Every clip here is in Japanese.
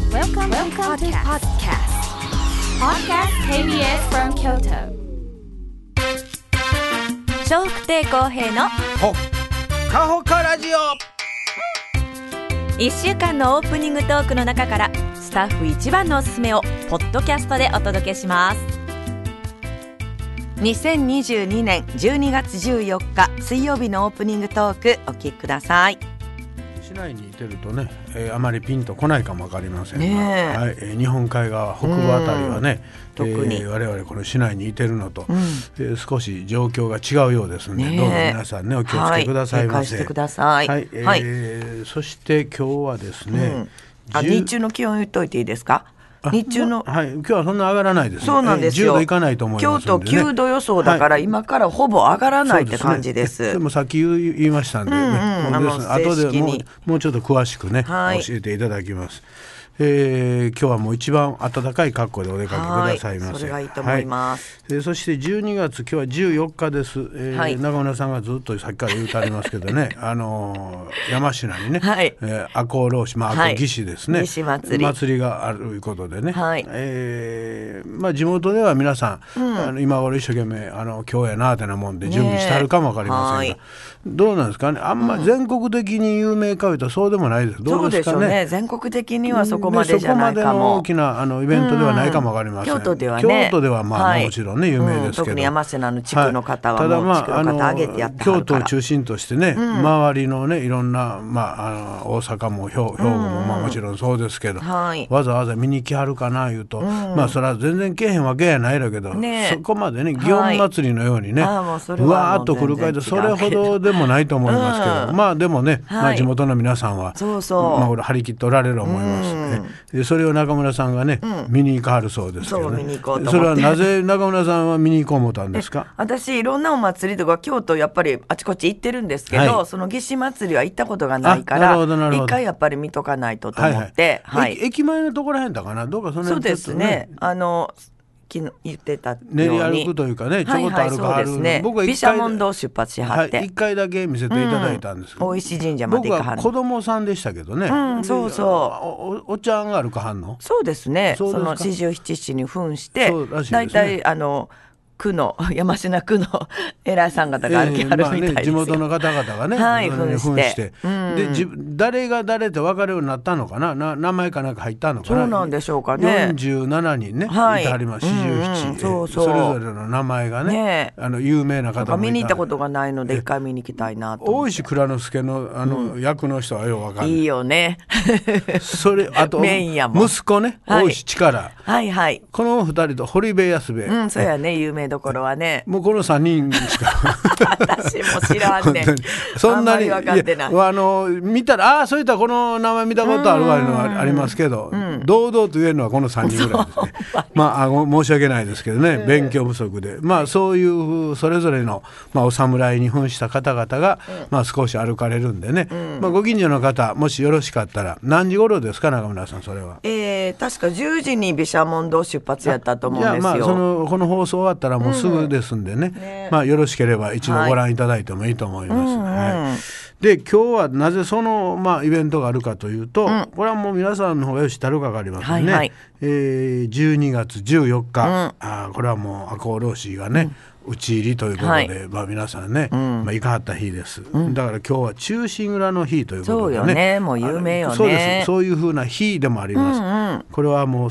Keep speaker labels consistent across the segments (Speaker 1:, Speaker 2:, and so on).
Speaker 1: Welcome, to podcast.
Speaker 2: Welcome to Podcast KBS from Kyoto.
Speaker 1: 笑福亭公平の
Speaker 3: ほっかほかラジオ
Speaker 1: 1週間のオープニングトークの中からスタッフ一番のおすすめをポッドキャストでお届けします
Speaker 4: 2022年12月14日水曜日のオープニングトークお聞きください
Speaker 3: 市内にいてるとね、えーあまりピンとこないかもわかりませんが、
Speaker 4: ねえ
Speaker 3: はいえー日本海側北部あたりはね、
Speaker 4: うん特に
Speaker 3: えー我々この市内にいてるのと、
Speaker 4: ん
Speaker 3: えー少し状況が違うようですので、
Speaker 4: ねえ
Speaker 3: どうぞ皆さんねお気をつけくださいま
Speaker 4: はい警戒し
Speaker 3: せ。
Speaker 4: てください
Speaker 3: はいえー
Speaker 4: はい
Speaker 3: そして今日はですね、
Speaker 4: うんあ
Speaker 3: 10
Speaker 4: 日中の気温言っといていいですか
Speaker 3: あ
Speaker 4: 日中の
Speaker 3: はい、今日はそんな上がらないですね。
Speaker 4: そうなんです
Speaker 3: えー
Speaker 4: よ、
Speaker 3: 10度いかないと思います
Speaker 4: 京
Speaker 3: の
Speaker 4: 都
Speaker 3: でね。
Speaker 4: 9度予想だから
Speaker 3: はい
Speaker 4: 今からほぼ上がらないって
Speaker 3: そうね
Speaker 4: 感じです,、
Speaker 3: でもさっき言い言いましたんでね、
Speaker 4: うんうん
Speaker 3: もです
Speaker 4: あの
Speaker 3: 後
Speaker 4: 正
Speaker 3: で
Speaker 4: 式
Speaker 3: も
Speaker 4: に
Speaker 3: うもうちょっと詳しくね、
Speaker 4: はい
Speaker 3: 教えていただきます。えー今日はもう一番暖かい格好でお出かけくださいませ。
Speaker 4: はいそれがいいと思います
Speaker 3: はい。えーそして12月今日は14日です。えー
Speaker 4: はい
Speaker 3: 中村さんがずっとさっきから言うてありますけど ね、あのー山科にね、
Speaker 4: はい
Speaker 3: えー赤穂浪士まあ赤
Speaker 4: はい
Speaker 3: 穂義士ですね、
Speaker 4: 義士祭り
Speaker 3: 祭りがあるということでね、
Speaker 4: はい
Speaker 3: えーまあ地元では皆さん、あの今頃一生懸命あの今日やなってなもんで準備してあるかもわかりませんが、
Speaker 4: ね
Speaker 3: どうなんですかねあんま全国的に有名かいうとそうでもないですど
Speaker 4: そう
Speaker 3: うで
Speaker 4: ですしょ
Speaker 3: か
Speaker 4: うね
Speaker 3: ね
Speaker 4: 全国的にはそこまでじゃない
Speaker 3: で
Speaker 4: か
Speaker 3: そこまでの
Speaker 4: も
Speaker 3: 大きなあのイベントではないかもわかりません、
Speaker 4: うん京都ではね
Speaker 3: 京都ではまあ、
Speaker 4: はい
Speaker 3: もちろんね有名ですけど、
Speaker 4: うん特に山瀬名の地区の方は
Speaker 3: ただ
Speaker 4: もう地区の方
Speaker 3: まああ
Speaker 4: 挙げてやっては
Speaker 3: 京
Speaker 4: るか
Speaker 3: 都
Speaker 4: ら
Speaker 3: を中心としてね、周りのねいろんな、まあ、あの大阪も兵兵庫も、まあ、もちろんそうですけど、
Speaker 4: はい
Speaker 3: わざわざ見に来はるかないうと、まあそれは全然来えへんわけやないだけど、
Speaker 4: ねえ
Speaker 3: そこまでね祇園祭りのようにね、
Speaker 4: はいああもうそれは
Speaker 3: う
Speaker 4: もう
Speaker 3: わーっと来るかいとそ
Speaker 4: 全
Speaker 3: れ
Speaker 4: 然違う
Speaker 3: ほ
Speaker 4: けど
Speaker 3: どでもないと思いますけど、
Speaker 4: うん
Speaker 3: まあでもね、ま
Speaker 4: は
Speaker 3: あ、
Speaker 4: い
Speaker 3: 地元の皆さんは、
Speaker 4: そうそう
Speaker 3: まあ、俺張り切っておられると思います、ねでそれを中村さんがね、見に行かはるそうですけ
Speaker 4: そ
Speaker 3: ど、
Speaker 4: う
Speaker 3: ね、
Speaker 4: 見に行こうと思って
Speaker 3: それはなぜ中村さんは見に行こう思ったんですか
Speaker 4: 私いろんなお祭りとか京都やっぱりあちこち行ってるんですけど、
Speaker 3: はい
Speaker 4: その義士祭りは行ったことがないか
Speaker 3: あな
Speaker 4: ら
Speaker 3: るほどなるほど
Speaker 4: 一回やっぱり見とかないとと思って、はい
Speaker 3: 駅駅前のところらへんだかなどうかその
Speaker 4: そう
Speaker 3: 辺
Speaker 4: で
Speaker 3: ちょ
Speaker 4: す
Speaker 3: っと
Speaker 4: ねあの昨日言ってたように
Speaker 3: 練り歩くというかねちょこっと歩く
Speaker 4: はいはい、そうですね
Speaker 3: 僕は一回
Speaker 4: 毘沙門堂出発しは
Speaker 3: は
Speaker 4: っ
Speaker 3: い
Speaker 4: て、
Speaker 3: 一回だけ見せていただいたんですけど、
Speaker 4: 大石神社まで
Speaker 3: 僕
Speaker 4: 行かは
Speaker 3: は
Speaker 4: る
Speaker 3: 子供さんでしたけどね、
Speaker 4: うんそうそう
Speaker 3: おおお茶んがあるかはんの
Speaker 4: そうですね
Speaker 3: そう
Speaker 4: そ
Speaker 3: ですか
Speaker 4: の四十七士に扮して
Speaker 3: そうらしいですね
Speaker 4: 大体、あの区の 山科区の偉いさん方が歩き
Speaker 3: ええ
Speaker 4: はる
Speaker 3: まあ
Speaker 4: みたい
Speaker 3: ね、
Speaker 4: です
Speaker 3: 地
Speaker 4: よ、
Speaker 3: 元の方々がね、
Speaker 4: はい
Speaker 3: そのように
Speaker 4: 扮して
Speaker 3: 扮してでじ誰が誰って分かるようになったのかなな名前かなんか入ったのかな
Speaker 4: そうなんでしょうかね
Speaker 3: 47人ね、
Speaker 4: はい
Speaker 3: いてはります47、
Speaker 4: うんうんそうそう
Speaker 3: えれぞれの名前がね
Speaker 4: ねえ
Speaker 3: あの有名な
Speaker 4: なん
Speaker 3: 方
Speaker 4: か
Speaker 3: もい
Speaker 4: 見に行ったことが
Speaker 3: が
Speaker 4: ないので一回見に行きたいなと思っ
Speaker 3: 大石蔵之介のあの、役の人はよう分か
Speaker 4: て
Speaker 3: る
Speaker 4: いいよ ね
Speaker 3: それあと
Speaker 4: メインやもん
Speaker 3: 息子ね、
Speaker 4: はい
Speaker 3: 大石力
Speaker 4: はいはい
Speaker 3: この二人と堀部安部、
Speaker 4: うんそうやね有名どころはね
Speaker 3: もうこの三人しか
Speaker 4: 私も知らん
Speaker 3: 本
Speaker 4: ね
Speaker 3: 当にそんなに
Speaker 4: あんまり分かってない
Speaker 3: いやあの見たらああそういったらこの名前見たことあるわいうのはありますけど、堂々と言えるのはこの3人ぐらいですねまああの申し訳ないですけどね、勉強不足でまあそういうそれぞれの、まあ、お侍に扮した方々が、まあ、少し歩かれるんでね、まあ、ご近所の方もしよろしかったら何時頃ですか中村さんそれは。
Speaker 4: えー、確か10時に毘沙門堂出発やったと思うんですよ。
Speaker 3: じゃあまあそのこの放送終わったらもうすぐですんでね,、まあよろしければ一度ご覧いただいてもいいと思います。はい。で今日はなぜそのまあイベントがあるかというと、これはもう皆さんの方がよしたるかがありますね。
Speaker 4: はいはい
Speaker 3: えー12月14日、あーこれはもう赤穂浪士がね、討ち入りということで、
Speaker 4: はい
Speaker 3: まあ皆さんね、まあいかはった日です、だから今日は中心蔵の日ということでね
Speaker 4: そうよねもう有名よね
Speaker 3: あのそうですそういうふうな日でもあります、これはもう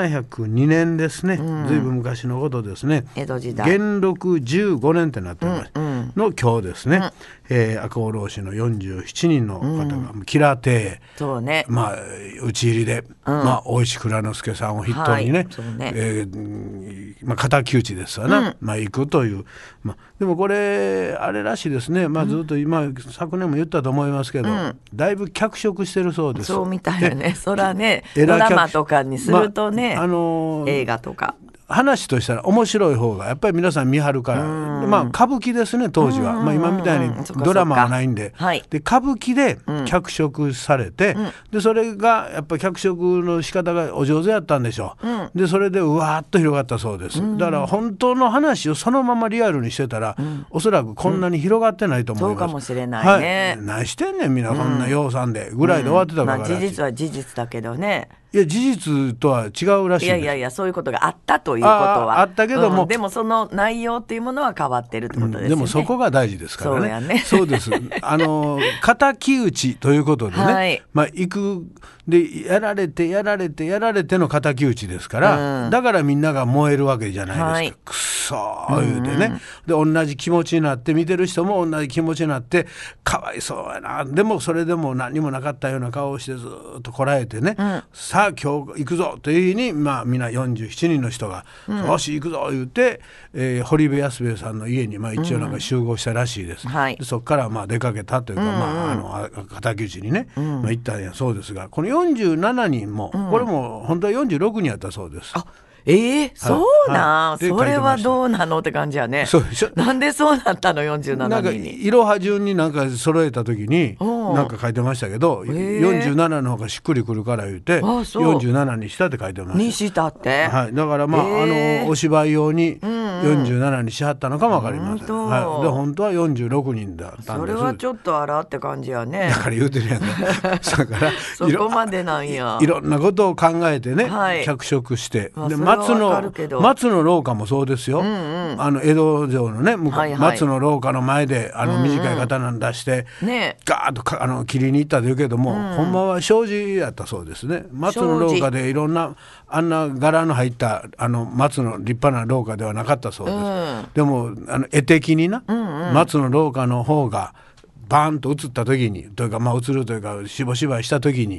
Speaker 3: 1702年ですね、ずいぶん昔のことですね
Speaker 4: 江戸時代
Speaker 3: 元禄15年ってなっております、の今日ですね、えー赤穂浪士の47人の方が、キラー亭
Speaker 4: そうね。
Speaker 3: まあ討ち入りで、まあ大石内蔵之介さんを筆頭に
Speaker 4: は
Speaker 3: ね
Speaker 4: い,、そうね
Speaker 3: えーうんまあ敵討ちですわな、まあ行くという、まあ、でもこれあれらしいですね、まあ、ずっと今、昨年も言ったと思いますけど、だいぶ脚色してるそうです。
Speaker 4: そうみたいよね。そらね、
Speaker 3: え
Speaker 4: ド
Speaker 3: らい
Speaker 4: ラ
Speaker 3: 脚
Speaker 4: マとかにするとね、
Speaker 3: まああのー
Speaker 4: 映画とか。
Speaker 3: 話としたら面白い方がやっぱり皆さん見はるから、まあ歌舞伎ですね当時は、まあ、今みたい
Speaker 4: そ
Speaker 3: に
Speaker 4: っかそっか
Speaker 3: ドラマはないんで,、
Speaker 4: はい
Speaker 3: で歌舞伎で脚色されて、でそれがやっぱり脚色の仕方がお上手やったんでしょう、でそれでうわーっと広がったそうです、だから本当の話をそのままリアルにしてたら、おそらくこんなに広がってないと思います、
Speaker 4: そうかもしれないね
Speaker 3: はい、何してんねんみんなこんなようさんでぐらいで終わってたから、
Speaker 4: まあ事実は事実だけどね。
Speaker 3: いや事実とは違うらしい
Speaker 4: い
Speaker 3: で
Speaker 4: や
Speaker 3: す
Speaker 4: いやいや、そういうことがあったということは。
Speaker 3: ああったけど
Speaker 4: う
Speaker 3: も
Speaker 4: んでもその内容っていうものは変わってるってことですよね。
Speaker 3: でもそこが大事ですからね。
Speaker 4: そうやね
Speaker 3: そ うです。あの敵討ちということでね、
Speaker 4: はい
Speaker 3: まあ行くでやられてやられてやられての敵討ちですから、
Speaker 4: うん
Speaker 3: だからみんなが燃えるわけじゃ
Speaker 4: は
Speaker 3: ない
Speaker 4: い
Speaker 3: ですか。くそー言うてね、で同じ気持ちになって見てる人も同じ気持ちになってかわいそうやな。でもそれでも何もなかったような顔をしてずーっとこらえてね、さあ今日行くぞという日にまあみんな47人の人が、よし行くぞ言うて、えー堀部康兵衛さんの家にまあ一応なんか集合したらしいです。
Speaker 4: はい
Speaker 3: でそこからまあ出かけたというか、まああのあ敵討ちにね、まあ行ったんやそうですが、この47人も、これも本当は46人やったそうです。
Speaker 4: あええそうなん、
Speaker 3: はいで
Speaker 4: それはどうなのって感じやね。
Speaker 3: そうでしょ
Speaker 4: なんでそうなったの
Speaker 3: な
Speaker 4: 47
Speaker 3: んか
Speaker 4: 人に。
Speaker 3: いろは順になんか揃えた時に
Speaker 4: うん
Speaker 3: なんか書いてましたけど、
Speaker 4: へえ
Speaker 3: 47の方がしっくりくるから言って
Speaker 4: あそう
Speaker 3: 47にしたって書いてま
Speaker 4: に
Speaker 3: し
Speaker 4: したって。
Speaker 3: た。はい、だからまあ、
Speaker 4: へえ
Speaker 3: あのお芝居用に47にしはったのかもわかりません、
Speaker 4: 本当
Speaker 3: はい、で本当は46人だったん
Speaker 4: そ
Speaker 3: です
Speaker 4: れはちょっとあらって感じやね
Speaker 3: だ。から言うて るやんかだから
Speaker 4: そ
Speaker 3: いろ
Speaker 4: こまでなんや
Speaker 3: い。ろんなことを考えてね、
Speaker 4: はい
Speaker 3: 脚色して、
Speaker 4: まあ
Speaker 3: で
Speaker 4: それは
Speaker 3: 松
Speaker 4: わか
Speaker 3: の
Speaker 4: るけど
Speaker 3: 松の廊下もそうですよ、あの江戸城のね、向こう
Speaker 4: はいはい
Speaker 3: 松の廊下の前であの短い刀出して、
Speaker 4: ねえ
Speaker 3: ガーッとかあの切りに行ったというけども、ほんまは障子やったそうですね松の廊下でいろんなあんな柄の入ったあの松の立派な廊下ではなかったそうです、でもあの絵的にな、松の廊下の方がバーンと映った時にというかまあ映るというかしぼしばした時に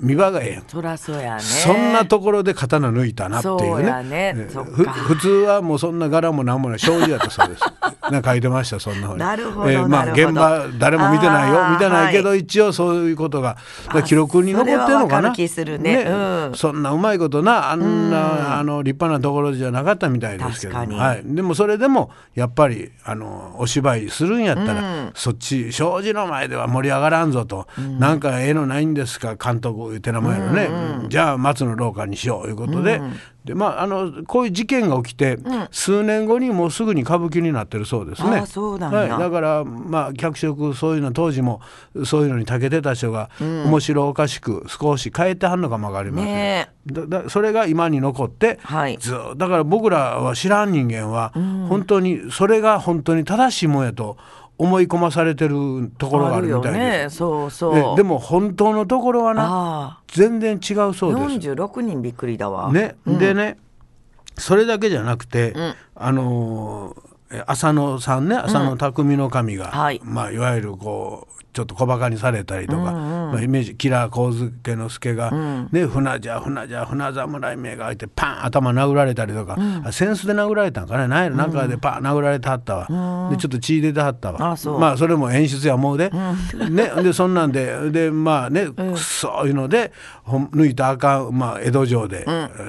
Speaker 3: 見場がええやん
Speaker 4: そらそうやね。
Speaker 3: そんなところで刀抜いたなっていう
Speaker 4: そうや
Speaker 3: ね
Speaker 4: ね
Speaker 3: えー
Speaker 4: そっか
Speaker 3: ふ普通はもうそんな柄もなんもない障子やっ たそうですなんか書いてましたそんなふうに
Speaker 4: なるほど
Speaker 3: えーまあ
Speaker 4: なるほ
Speaker 3: 現
Speaker 4: ど
Speaker 3: 場誰も見てない
Speaker 4: あ
Speaker 3: よ
Speaker 4: ー
Speaker 3: 見てないけど、
Speaker 4: は
Speaker 3: 一応そういうことがだから記録に残って
Speaker 4: そ
Speaker 3: る
Speaker 4: れは
Speaker 3: の
Speaker 4: わ
Speaker 3: か
Speaker 4: か
Speaker 3: な
Speaker 4: る気するねうん
Speaker 3: そんなうまいことなあんなあの立派なところじゃなかったみたいですけども
Speaker 4: 確かに
Speaker 3: はい、でもそれでもやっぱりあのお芝居するんやったら、そっち障子の前では盛り上がらんぞと、なんかええのないんですか監督言うてなもんやろね、じゃあ松の廊下にしよういうことで,、でまあ、あのこういう事件が起きて、数年後にもうすぐに歌舞伎になってるそうですね。
Speaker 4: ああそうなんや
Speaker 3: はい、だからまあ脚色そういうの当時もそういうのに長けてた人が、面白おかしく少し変えてはんのかもわかりません、
Speaker 4: ねえ
Speaker 3: だだそれが今に残って、
Speaker 4: はい
Speaker 3: ずーだから僕らは知らん人間は本当にそれが本当に正しいもんやと思い込まされてるところが
Speaker 4: あ
Speaker 3: ある
Speaker 4: る
Speaker 3: み
Speaker 4: よ
Speaker 3: たいで
Speaker 4: ね。
Speaker 3: す。
Speaker 4: そう
Speaker 3: え
Speaker 4: そう。
Speaker 3: でも本当のところはな
Speaker 4: ああ。
Speaker 3: 全然違うそうです。
Speaker 4: 46人びっくりだわ。
Speaker 3: ね、でねそれだけじゃなくて、あのーえ浅野さんね浅野匠の神が、
Speaker 4: はい
Speaker 3: まあ、いわゆるこうちょっと小バカにされたりとか、まあ、イメージキラー上野之助が、ね、船じゃ船じゃ船侍名が開いてパン頭殴られたりとか、あセンスで殴られたんかねなんやろなんかでパン殴られてはったわ、でちょっと血出てはったわ
Speaker 4: あそう
Speaker 3: まあそれも演出やもうで、ねでそんなんででまあね、くっそいうのでほん抜いたらあかん、まあ、江戸城で、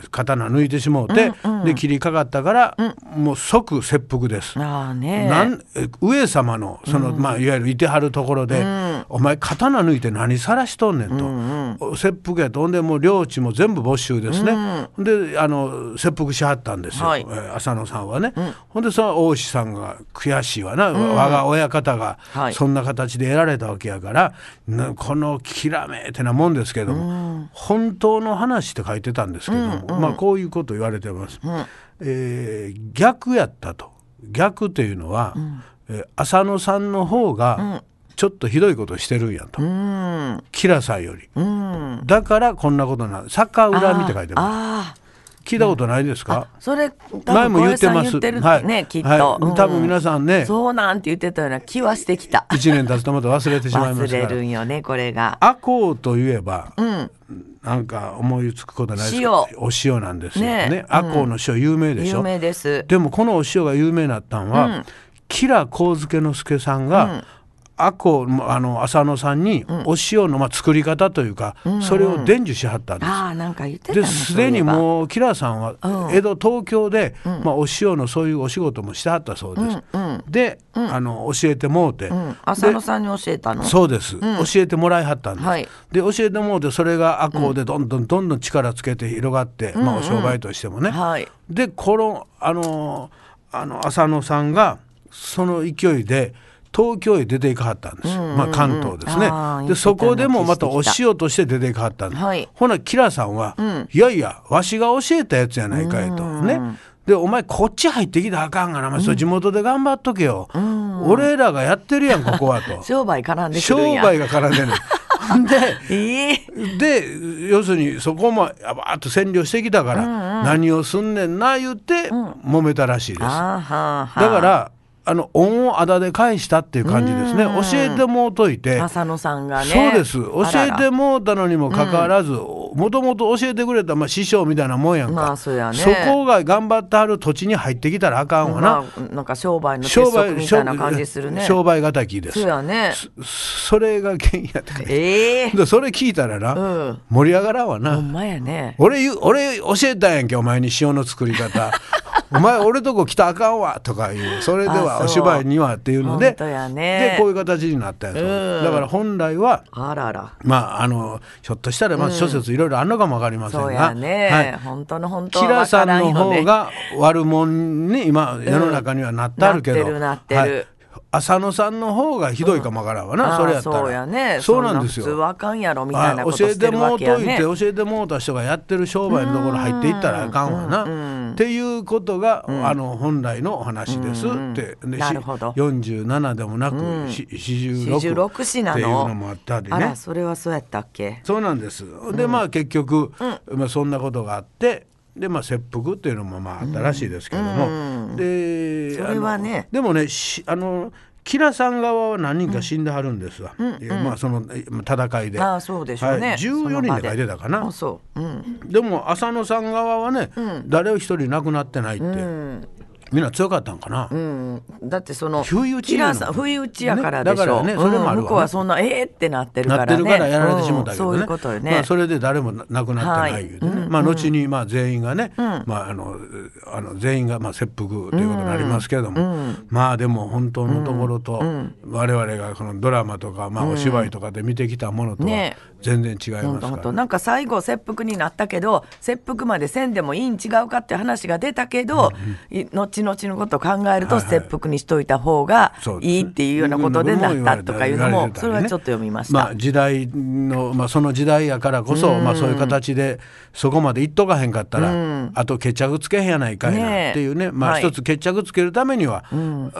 Speaker 3: 刀抜いてしもうて、で切りかかったから、もう即切腹です。
Speaker 4: ああねえ。
Speaker 3: なんえ上様のその、まあ、いわゆるいてはるところで「お前刀抜いて何さらしとんねん」と「お切腹やと」ほんでもう領地も全部没収ですね、ほん、であの切腹しはったんですよ、
Speaker 4: はい
Speaker 3: えー浅野さんはね、ほんでその大石さんが悔しいわな、我が親方が
Speaker 4: はい
Speaker 3: そんな形で得られたわけやから、なこの「きらめ」ってなもんですけども、本当の話って書いてたんですけども、まあ、こういうこと言われてます。えー逆やったと逆というのは、えー浅野さんの方がちょっとひどいことしてるんやと、キラさんより、だからこんなことな逆恨みって書いてま
Speaker 4: ああ。
Speaker 3: す聞いたことないですか、
Speaker 4: それ、
Speaker 3: 前も言ってます
Speaker 4: 小林さん言ってる
Speaker 3: はい
Speaker 4: ね、きっ
Speaker 3: はい
Speaker 4: と。うん
Speaker 3: 多分皆さんね
Speaker 4: そうなんて言ってたような気はしてきた。
Speaker 3: 一年経つとまた忘れてしまいま
Speaker 4: 忘
Speaker 3: すか
Speaker 4: れ
Speaker 3: ら
Speaker 4: るんよね、これが。
Speaker 3: アコウといえば、なんか思いつくことないですけどお塩なんですよ
Speaker 4: ね
Speaker 3: ね
Speaker 4: え
Speaker 3: アコウの塩有名でしょ、
Speaker 4: 有名です。
Speaker 3: でもこのお塩が有名になったんは、吉良幸助之助さんが、あこあの浅野さんにお塩の、まあ、作り方というか、それを伝授しはったんです。
Speaker 4: ああ、なんか言ってた
Speaker 3: で
Speaker 4: ね
Speaker 3: すでにもうキラーさんは江戸東京で、まあ、お塩のそういうお仕事もしてはったそうです。で、あの教えてもうて、
Speaker 4: そういえばうん浅野さんに教えたの。
Speaker 3: そうです、教えてもらいはったんです、
Speaker 4: はい
Speaker 3: で教えてもうてそれが赤穂でどんどんどんどん力つけて広がって、まあ、お商売としてもね、
Speaker 4: はい
Speaker 3: でこのあのあの浅野さんがその勢いで東京へ出ていかはったんですよ、まあ、関東です
Speaker 4: あー言
Speaker 3: ね
Speaker 4: ってたね
Speaker 3: でそこでもまた
Speaker 4: 聞
Speaker 3: お
Speaker 4: いてきた
Speaker 3: 塩として出ていかはったんです、
Speaker 4: はい
Speaker 3: ほなキラさんは、いやいやわしが教えたやつやないかいと、ねでお前こっち入ってきたらあかんがな、お前それ地元で頑張っとけよ、俺らがやってるやんここ はと
Speaker 4: 商売絡んでくるん
Speaker 3: 商
Speaker 4: や
Speaker 3: 売が絡ん でるほんで
Speaker 4: ええ
Speaker 3: で要するにそこもバーッと占領してきたから、何をすんねんな言って、揉めたらしいです。だ
Speaker 4: あーはーはー
Speaker 3: からあの恩をあだで返したっていう感じですね。教えてもうといて。
Speaker 4: 浅野さんがね
Speaker 3: そうです教
Speaker 4: あら
Speaker 3: え
Speaker 4: ら
Speaker 3: てもうたのにもかかわらずもともと教えてくれた、まあ、師匠みたいなもんやんか、
Speaker 4: まあそうやね
Speaker 3: そこが頑張ってはる土地に入ってきたらあかんわな、
Speaker 4: まあ、なんか商売の鉄則みたいな感じするね
Speaker 3: 商売敵です
Speaker 4: そうやね
Speaker 3: それが原因やったから
Speaker 4: ええ
Speaker 3: でそれ聞いたらな、
Speaker 4: うん
Speaker 3: 盛り上がらんわな、
Speaker 4: ほんまやね
Speaker 3: 俺言う俺教えたんやんけお前に塩の作り 方お前俺とこ来たらあかんわとかいうそれで
Speaker 4: あ
Speaker 3: は
Speaker 4: そう
Speaker 3: お芝居にはっていうので
Speaker 4: 本当やね
Speaker 3: でこういう形になったんやそうだから本来は
Speaker 4: あらら
Speaker 3: まああのひょっとしたらまあ諸説いろいろあるのかもわかりませんが、
Speaker 4: そうやね、
Speaker 3: はい
Speaker 4: 本当の本当
Speaker 3: キ
Speaker 4: は
Speaker 3: ラ
Speaker 4: 分か
Speaker 3: さん
Speaker 4: らんよ、
Speaker 3: の
Speaker 4: ね、
Speaker 3: 方が悪者に今世の中にはなってあるけど、
Speaker 4: うんなってるなってる
Speaker 3: はい浅野さんの方がひどいかもわからんわな、
Speaker 4: あー
Speaker 3: それやったら
Speaker 4: そうやね
Speaker 3: そうなんですよ
Speaker 4: そな普通はあかんやろみたいな
Speaker 3: あ
Speaker 4: こと
Speaker 3: 教え
Speaker 4: して
Speaker 3: て
Speaker 4: るわ
Speaker 3: もう
Speaker 4: けや
Speaker 3: といて
Speaker 4: ね
Speaker 3: 教えてもうた人がやってる商売のところ入っていったらあかんわな、っていうことが、あの本来のお話ですって、でし
Speaker 4: なるほど
Speaker 3: 47でもなく、し46
Speaker 4: 46子なの
Speaker 3: っていうのもあったり
Speaker 4: あ
Speaker 3: ね
Speaker 4: らそれはそうやったっけ
Speaker 3: そうなんですでまあ結局、まあ、そんなことがあってでまあ切腹っていうのもまああったらしいですけども、で
Speaker 4: それはね
Speaker 3: あのでもねしあのキラさん側は何人か死んではるんですわ、いやまあそのえまあ戦いで。
Speaker 4: ああそうでしょうね、
Speaker 3: はい、14人で書いてたかな
Speaker 4: あそう、うん、
Speaker 3: でも浅野さん側はね、誰一人亡くなってないって、みんな強かったんかな、
Speaker 4: だってその
Speaker 3: 不意打ち
Speaker 4: キ
Speaker 3: や
Speaker 4: ラ
Speaker 3: の
Speaker 4: さん不意打ちやからでしょ、
Speaker 3: ねだからねそれもあるわね
Speaker 4: うん、向こうはそんなええってなってる
Speaker 3: な
Speaker 4: か
Speaker 3: って
Speaker 4: らね
Speaker 3: るからやられてしまったけど
Speaker 4: うんそう
Speaker 3: ね、
Speaker 4: いうことよね、
Speaker 3: まあ、それで誰もな亡くなってないいうね、まあ、後にまあ全員がね、まあ、あのあの全員がまあ切腹ということになりますけれども、まあでも本当のところと我々がこのドラマとか、まあ、お芝居とかで見てきたものとは
Speaker 4: ね
Speaker 3: 全然違い
Speaker 4: ほん
Speaker 3: ます
Speaker 4: と
Speaker 3: か
Speaker 4: ほん
Speaker 3: ら
Speaker 4: となんか最後切腹になったけど切腹までせんでもいいん違うかっていう話が出たけど、い後々のことを考えると
Speaker 3: はいはい
Speaker 4: 切腹にしといた方が
Speaker 3: そうですね
Speaker 4: いいっていうようなことでなったとかいうの
Speaker 3: 言われ
Speaker 4: も
Speaker 3: てた
Speaker 4: そ
Speaker 3: り
Speaker 4: れ
Speaker 3: ね
Speaker 4: はちょっと読みました、
Speaker 3: あ、時代の、まあ、その時代やからこそ、まあ、そういう形でそこまでいっとかへんかったら、あと決着つけへんやないかい
Speaker 4: ねえ
Speaker 3: なっていうねま
Speaker 4: は
Speaker 3: あ、
Speaker 4: い
Speaker 3: 一つ決着つけるためには、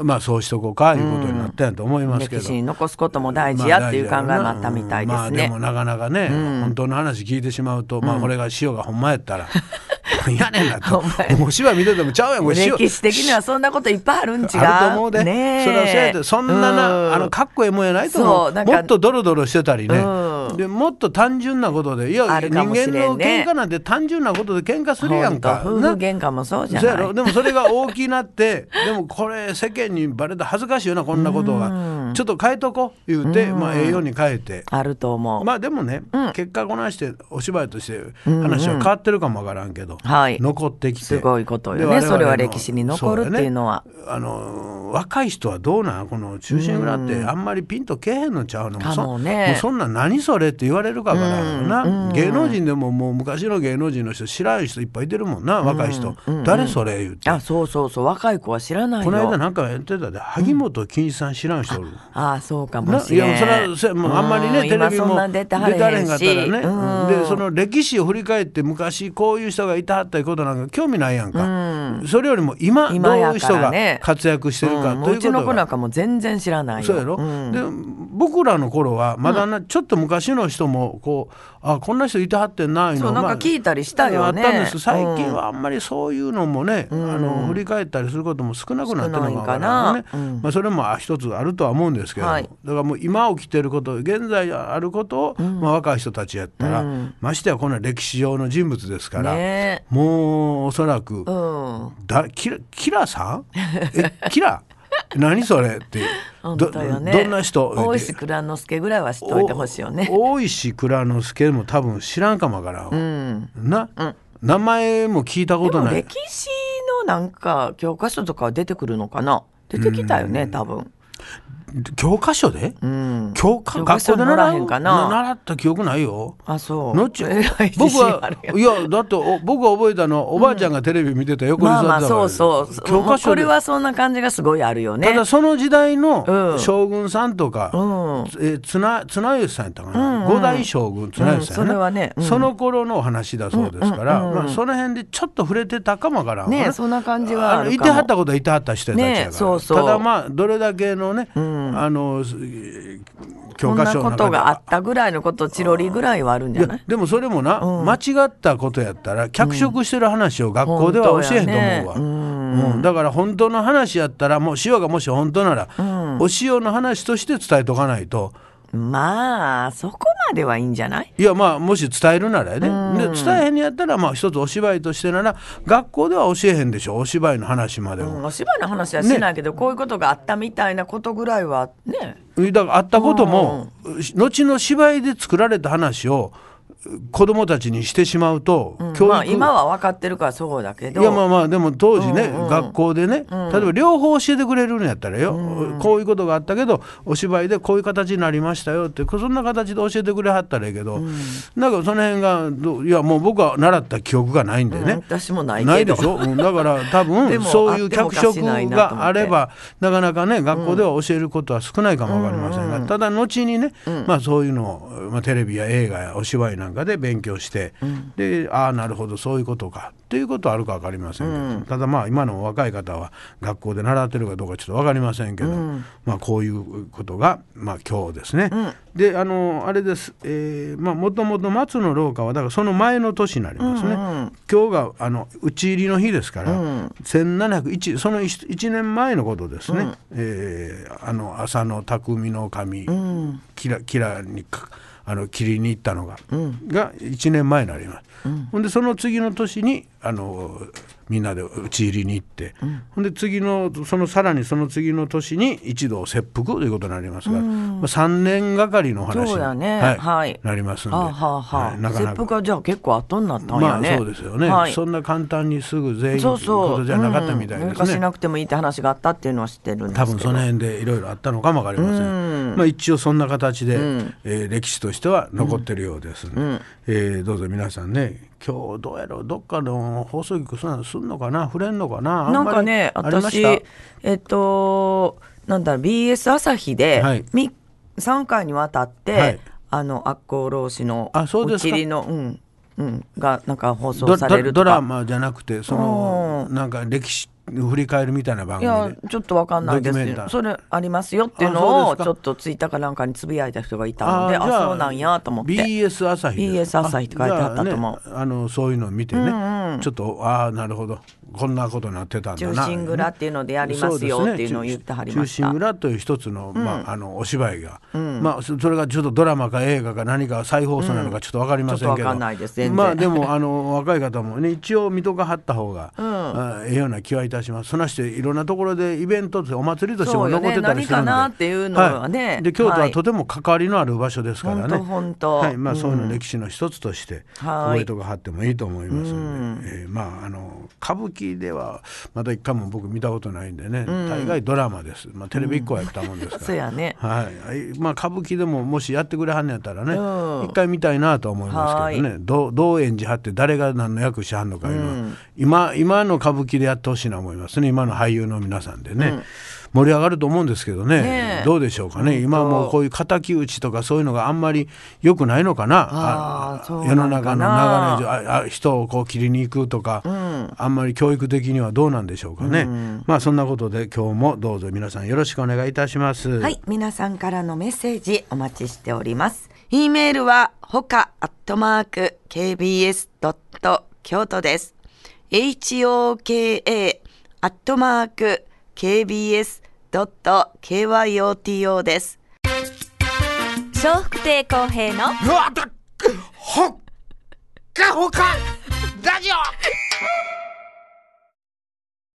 Speaker 3: まあ、そうしとこうかいうことになったんやと思いますけ
Speaker 4: 歴
Speaker 3: ど。
Speaker 4: 史に残すことも大事やっていう考えもあったみたいで
Speaker 3: まあ
Speaker 4: す
Speaker 3: で
Speaker 4: ね
Speaker 3: も。なかなかね、本当の話聞いてしまうと、まあ俺が塩がほんまやった ら、なんや ねんなと
Speaker 4: ほんまや。
Speaker 3: お芝居見ててもちゃうやん、これ塩。
Speaker 4: 歴史的にはそんなこといっぱいあるん違う
Speaker 3: あると思うで、
Speaker 4: ねえ
Speaker 3: それはそうやってそんなな、
Speaker 4: うん
Speaker 3: あのかっこええもんやないと思
Speaker 4: そう
Speaker 3: う
Speaker 4: なんか
Speaker 3: もっとドロドロしてたりね、
Speaker 4: う
Speaker 3: でもっと単純なことでいや
Speaker 4: ある
Speaker 3: 人
Speaker 4: かもしれ
Speaker 3: 間
Speaker 4: んね
Speaker 3: の喧嘩なんて単純なことで喧嘩するやんか。
Speaker 4: ほんと
Speaker 3: な
Speaker 4: 夫婦喧嘩もそうじゃ
Speaker 3: そう
Speaker 4: な
Speaker 3: や
Speaker 4: い
Speaker 3: ろでもそれが大きなってでもこれ世間にバレたら恥ずかしいよなこんなことがちょっと変えとこう言うて、まあ、ええように変えて
Speaker 4: あると思う、
Speaker 3: まあでもね、結果こなしてお芝居として話は変わってるかもわからんけど、
Speaker 4: はい
Speaker 3: 残ってきて
Speaker 4: すごいことよね
Speaker 3: で我々の
Speaker 4: それは歴史に残るっていうのは
Speaker 3: そうだねあの若い人はどうなんこの中心蔵ってあんまりピンとけえへんのちゃうの
Speaker 4: か
Speaker 3: そ
Speaker 4: もね
Speaker 3: うそんなん何それって言われるかからな芸能人でももう昔の芸能人の人知らん人いっぱいいてるもんな若い人、誰それ言って、
Speaker 4: あそうそうそう若い子は知らないよ
Speaker 3: この間なんかやってたで萩本欽一さん知らん人おる。
Speaker 4: ああそうか
Speaker 3: な
Speaker 4: もし
Speaker 3: い
Speaker 4: れん
Speaker 3: やそれはそれもうあんまり
Speaker 4: う
Speaker 3: ねテレ
Speaker 4: 今
Speaker 3: ビ
Speaker 4: そんな
Speaker 3: も
Speaker 4: ん
Speaker 3: 出
Speaker 4: 出
Speaker 3: て
Speaker 4: て
Speaker 3: は
Speaker 4: は
Speaker 3: れ
Speaker 4: れ
Speaker 3: へ
Speaker 4: へ
Speaker 3: ん
Speaker 4: ん
Speaker 3: かった
Speaker 4: し
Speaker 3: らね
Speaker 4: うん
Speaker 3: うんでその歴史を振り返って昔こういう人がいたはったいうことなんか興味ないやんかそれよりも今ど
Speaker 4: 今
Speaker 3: う
Speaker 4: やからね
Speaker 3: いう人が活躍してるか
Speaker 4: うん
Speaker 3: というう
Speaker 4: ちの
Speaker 3: こ
Speaker 4: 子
Speaker 3: と
Speaker 4: なん
Speaker 3: が
Speaker 4: かも全然知らないよ
Speaker 3: そうやろで僕らの頃はまだなちょっと昔の人もこうあこんな人いたはってんないう
Speaker 4: そ
Speaker 3: の
Speaker 4: うなんか
Speaker 3: まあ
Speaker 4: 聞いたりしたよね
Speaker 3: あったんです最近はあんまりそういうのもねあの振り返ったりすることも少なくなってるのかなね
Speaker 4: 少ないんかなうん
Speaker 3: まあ、それも一つあるとは思うんですけれども、
Speaker 4: はい
Speaker 3: だからもう今起きてること現在あることを、まあ、若い人たちやったら、ましてやこんな歴史上の人物ですから、
Speaker 4: ね
Speaker 3: もうおそらく、
Speaker 4: えうん
Speaker 3: だキラキラさんえキラ何それ って
Speaker 4: 本
Speaker 3: ど
Speaker 4: 当よね
Speaker 3: どんな人
Speaker 4: 大石内蔵之助ぐらいは知っておいてほしいよね
Speaker 3: お大石蔵之介も多分知らんかもわからん、な、名前も聞いたこ
Speaker 4: で
Speaker 3: と
Speaker 4: も
Speaker 3: ない
Speaker 4: 歴史のなんか教科書とかは出てくるのかな出てきたよね多分
Speaker 3: 教科書で、教科
Speaker 4: 教科
Speaker 3: 学
Speaker 4: 書
Speaker 3: 校で習
Speaker 4: 習えへ
Speaker 3: うん
Speaker 4: かな
Speaker 3: 習った記憶ないよ。
Speaker 4: あそう
Speaker 3: のっち
Speaker 4: えらい 自
Speaker 3: 僕
Speaker 4: 信あ
Speaker 3: は
Speaker 4: るやん
Speaker 3: いやだってお僕が覚えたのはおばあちゃんがテレビ見てた横に
Speaker 4: まあ
Speaker 3: 座っ
Speaker 4: ま
Speaker 3: てた
Speaker 4: あ
Speaker 3: から、
Speaker 4: そうそうそうも
Speaker 3: 教科
Speaker 4: うこ
Speaker 3: 書で
Speaker 4: れはそんな感じがすごいあるよね
Speaker 3: ただその時代の
Speaker 4: うん
Speaker 3: 将軍さんとか、
Speaker 4: うん
Speaker 3: えー綱綱吉さんやったかな、五代将軍綱吉さん
Speaker 4: うんそ
Speaker 3: やな、
Speaker 4: れはねうん
Speaker 3: その頃のお話だそうですから、まあ、その辺でちょっと触れてたかもわからんわ
Speaker 4: ねそんな感じはあるかも
Speaker 3: のいてはったことはいてはった人たちやから、
Speaker 4: ねそうそう
Speaker 3: ただまあどれだけのね、あのす
Speaker 4: そ
Speaker 3: 教
Speaker 4: ん
Speaker 3: 科
Speaker 4: な
Speaker 3: 書の
Speaker 4: こ
Speaker 3: 中
Speaker 4: と
Speaker 3: で
Speaker 4: があったぐらいのことチロリぐらいはあるんじゃない
Speaker 3: でもそれもな、間違ったことやったら脚色してる話を学校では教えへんと思う
Speaker 4: 本当
Speaker 3: わ、
Speaker 4: やねう
Speaker 3: うんだから本当の話やったらもう塩がもし本当なら、お塩の話として伝えとかないと
Speaker 4: まあそこまではいいんじゃない
Speaker 3: いやまあもし伝えるならやで,、で伝えへんやったらまあ一つお芝居としてなら学校では教えへんでしょお芝居の話まで
Speaker 4: う
Speaker 3: も、
Speaker 4: んお芝居の話はしてないけど、こういうことがあったみたいなことぐらいはね
Speaker 3: だからあったことも、後の芝居で作られた話を子供たちにしてしまうと、教育
Speaker 4: まあ今は分かってるからそうだけど
Speaker 3: いやまあまあでも当時ね、学校でね、例えば両方教えてくれるんやったらよ、こういうことがあったけどお芝居でこういう形になりましたよってそんな形で教えてくれはったらいいけど、なんかその辺がどういやもう僕は習った記憶がないんでね、
Speaker 4: 私もないけど
Speaker 3: ないでしょ、うんだから多
Speaker 4: で
Speaker 3: 分
Speaker 4: も
Speaker 3: そういう
Speaker 4: あってもお
Speaker 3: 脚
Speaker 4: かし
Speaker 3: 色
Speaker 4: ないなと思って
Speaker 3: があればなかなかね学校では教えることは少ないかもわかりませんが、ただ後にね、まあ、そういうのを、まあ、テレビや映画やお芝居なんかで勉強して、でああなるほどそういうことかっていうことはあるかわかりませんけど、ただまあ今の若い方は学校で習ってるかどうかちょっとわかりませんけど、まあ、こういうことが、まあ、今日ですね。であのあれです、えーまあ、もともと松の廊下はだからその前の年になりますね、今日があの討ち入りの日ですから、1701その 1, 年前のことですね、えーあの浅野匠の神、キラキラにかあの切りに行ったのが、が1年前になります、ほんでその次の年にあのみんなで討ち入りに行って、ほんで次のそのさらにその次の年に一同切腹ということになりますから、まあ、3年がかりのお話
Speaker 4: そ
Speaker 3: に、
Speaker 4: うやね
Speaker 3: はい
Speaker 4: はい
Speaker 3: なりますんで、
Speaker 4: あはあはあ、
Speaker 3: はいなかな
Speaker 4: 切
Speaker 3: か
Speaker 4: 腹はじゃあ結構後になったんや
Speaker 3: まあ
Speaker 4: ね、
Speaker 3: そうですよね、
Speaker 4: はい、
Speaker 3: そんな簡単にすぐ全員
Speaker 4: そ
Speaker 3: というう
Speaker 4: そう
Speaker 3: ことじゃなかったみたい
Speaker 4: うんうん
Speaker 3: です
Speaker 4: 昔
Speaker 3: ね
Speaker 4: な。くてもいいって話があったっていうのは知ってるんですけど
Speaker 3: 多分その辺でいろいろあったのかもわかりません。まあ一応そんな形で、えー歴史としては残ってるようですんで、えーどうぞ皆さんね、今日どうやろうどっかの放送局そんなのすんのかな触れんのかな。あ
Speaker 4: なんん
Speaker 3: まり
Speaker 4: かね
Speaker 3: ありま
Speaker 4: 私
Speaker 3: した
Speaker 4: えっとなんだろう BS 朝日で、
Speaker 3: はい
Speaker 4: み3回にわたって、
Speaker 3: はい
Speaker 4: あの悪行老子の
Speaker 3: あそうですか
Speaker 4: おちりのうんうんがなんか放送
Speaker 3: ド
Speaker 4: される
Speaker 3: ド
Speaker 4: と
Speaker 3: ドラ
Speaker 4: か
Speaker 3: マじゃなくてそのなんか歴史振り返るみたいな番
Speaker 4: い
Speaker 3: 組
Speaker 4: や
Speaker 3: で。
Speaker 4: ちょっとわかんないで
Speaker 3: ド
Speaker 4: す
Speaker 3: キュ
Speaker 4: け
Speaker 3: メンタリ
Speaker 4: ど
Speaker 3: ー
Speaker 4: それありますよっていう
Speaker 3: あ
Speaker 4: の
Speaker 3: そ
Speaker 4: を
Speaker 3: うですか
Speaker 4: ちょっとツイッターかなんかにつぶやいた人がいたのであ
Speaker 3: じゃ
Speaker 4: そうなんやと思って、
Speaker 3: BS 朝日です
Speaker 4: BS 朝日って書いてあったと思う
Speaker 3: あじゃあねあのそういうのを見てね、ちょっとああなるほどこんなことになってたんだな
Speaker 4: 中心蔵っていうのでやりますよ
Speaker 3: そですね
Speaker 4: っていうのを言ってはりました
Speaker 3: 中心蔵という一つの,、まあ、あのお芝居が、まあ、そそれがちょっとドラマか映画か何か再放送なのかちょっと分かりません
Speaker 4: うんち
Speaker 3: け
Speaker 4: ょっと
Speaker 3: ど、
Speaker 4: わかんないです全然
Speaker 3: まあでもあの若い方もね一応見とかはった方が、あええような気はいたしますそんなしていろんなところでイベントってお祭りとしても残ってたりする
Speaker 4: そうよね何
Speaker 3: んで
Speaker 4: かなっていうのはね
Speaker 3: いで京都
Speaker 4: は
Speaker 3: はいとても関わりのある場所ですから
Speaker 4: ほ
Speaker 3: ね
Speaker 4: んとほんと
Speaker 3: はいまあ、そういうの歴史の一つとして
Speaker 4: はい
Speaker 3: 覚えておかはってもいいと思いますので、えーまああの歌舞伎ではまた一回も僕見たことないんでね、大概ドラマです、まあ、テレビ一個はやったもんですから、
Speaker 4: そうやね
Speaker 3: はいまあ、歌舞伎でももしやってくれはんのやったらね一、回見たいなとは思いますけどねどうどう演じはって誰が何の役しはんのかいうのは、今今の歌舞伎でやってほしいな思いますね今の俳優の皆さんでね、盛り上がると思うんですけどね
Speaker 4: ねえ
Speaker 3: どうでしょうかね今もうこういう敵討ちとかそういうのがあんまり良くないのかな
Speaker 4: あーそうな
Speaker 3: 世の
Speaker 4: の
Speaker 3: 中
Speaker 4: か
Speaker 3: の
Speaker 4: な
Speaker 3: 流れ上ああ人をこう切りに行くとか、あんまり教育的にはどうなんでしょうかね、まあそんなことで今日もどうぞ皆さんよろしくお願いいたします。
Speaker 5: はい、皆さんからのメッセージお待ちしております。e メールはほかアットマーク kbs ドット京都です。h o k a アットマーク kbs ドット k y o t o です。
Speaker 1: 笑福亭公平の
Speaker 6: うわだっほっかほかラジオ